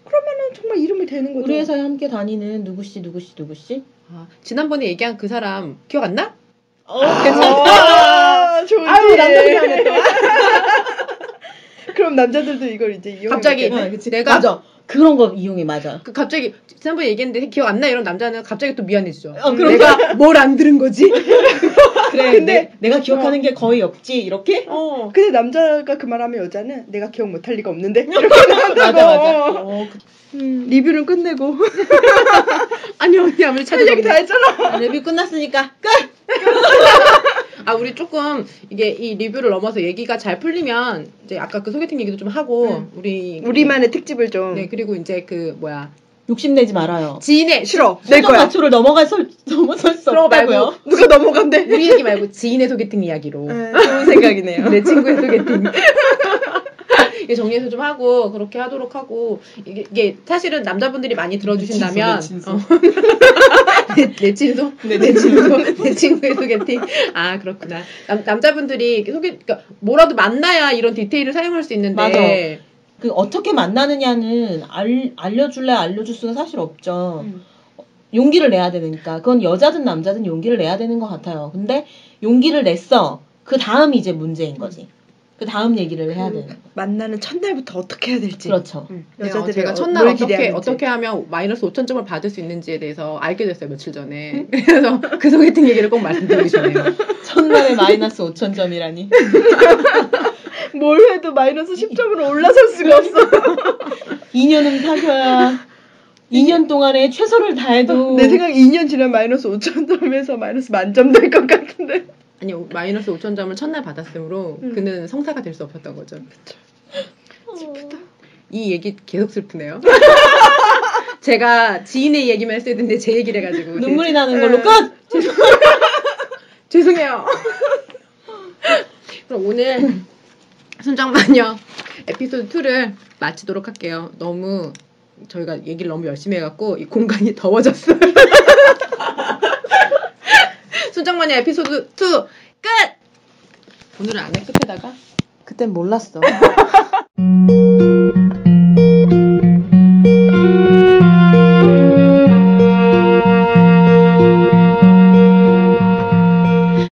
그러면은 정말 이름을 대는 거죠.
우리 회사에 함께 다니는 누구 씨, 누구 씨, 누구 씨?
아, 지난번에 얘기한 그 사람 기억 안 나?
어, (laughs)
아, 좋은데.
아유, 남자들이 안
그럼 남자들도 이걸 이제 이용해.
갑자기 네,
어,
내가
맞아. 그런 거 이용해
(laughs)
맞아.
그 갑자기 지난번에 얘기했는데 기억 안 나 이런 남자는 갑자기 또 미안해지죠.
어, 그런 거.
내가 뭘 안 들은 거지?
그래.
근데- 어.
근데 내, 가 기억하는 게 거의 없지. 이렇게?
어.
근데 남자가 그 말하면 여자는 내가 기억 못할 리가
(laughs)
없는데. 이렇게
맞아 맞아.
한다고.
어, 그-
음, 리뷰는 끝내고.
아니 언니 아무리
할 얘기
찾아봤다.
다 했잖아.
레뷰 끝났으니까 끝.
아 우리 조금 이게 이 리뷰를 넘어서 얘기가 잘 풀리면 이제 아까 그 소개팅 얘기도 좀 하고
음.
우리
우리만의 특집을 좀.
네 그리고 이제 그 뭐야
욕심내지 말아요.
지인의
싫어. 내
수정
음.
거야.
단초를 넘어갈 설 넘어설 수
그런 거 말고
없다고요.
누가 넘어간대.
우리 얘기 말고 지인의 소개팅 이야기로
네, 좋은 생각이네요.
내 친구의 소개팅. (laughs) 이게 정리해서 좀 하고 그렇게 하도록 하고 이게, 이게 사실은 남자분들이 많이 들어주신다면
내 친소,
어. (laughs) 내, 내 친소
네,
내 친소 (laughs) 내 친구의 소개팅 아 그렇구나 남, 남자분들이 이렇게 소개 그러니까 뭐라도 만나야 이런 디테일을 사용할 수 있는데
맞아. 그 어떻게 만나느냐는 알, 알려줄래 알려줄 수가 사실 없죠.
음.
용기를 내야 되니까 그건 여자든 남자든 용기를 내야 되는 것 같아요. 근데 용기를 냈어. 그 다음이 이제 문제인 거지. 그 다음 얘기를 해야 되는 거죠.
만나는 첫날부터 어떻게 해야 될지.
그렇죠.
여자들이
네, 제가
어-
첫날
뭘
어떻게
기대하는지.
어떻게 하면 마이너스 5천 점을 받을 수 있는지에 대해서 알게 됐어요 며칠 전에 (laughs) 그래서 그 소개팅 얘기를 꼭
(laughs)
말씀드리고 싶네요
첫날에 마이너스 5천 점이라니.
뭘 해도 마이너스 10점으로 올라설 수가 없어.
2년은 사겨야 2년 동안에 최선을
음.
다해도
(laughs) 내 생각 2년 지난 마이너스 5천 점에서 마이너스 만점 될 것 같은데.
아니 마이너스 5천 점을 첫날 받았으므로
음.
그는 성사가 될 수 없었던 거죠. 어.
슬프다.
이 얘기 계속 슬프네요. (laughs) 제가 지인의 얘기만 했어야 되는데 제 얘기를 해가지고
눈물이 나는 걸로
음.
끝.
죄송해요. (laughs) 그럼 오늘 순정마녀 에피소드 2를 마치도록 할게요. 너무 저희가 얘기를 너무 열심히 해갖고 이 공간이 더워졌어요. (laughs) 순정마녀 에피소드 2 끝! 오늘은 안에 끝에다가
그땐 몰랐어.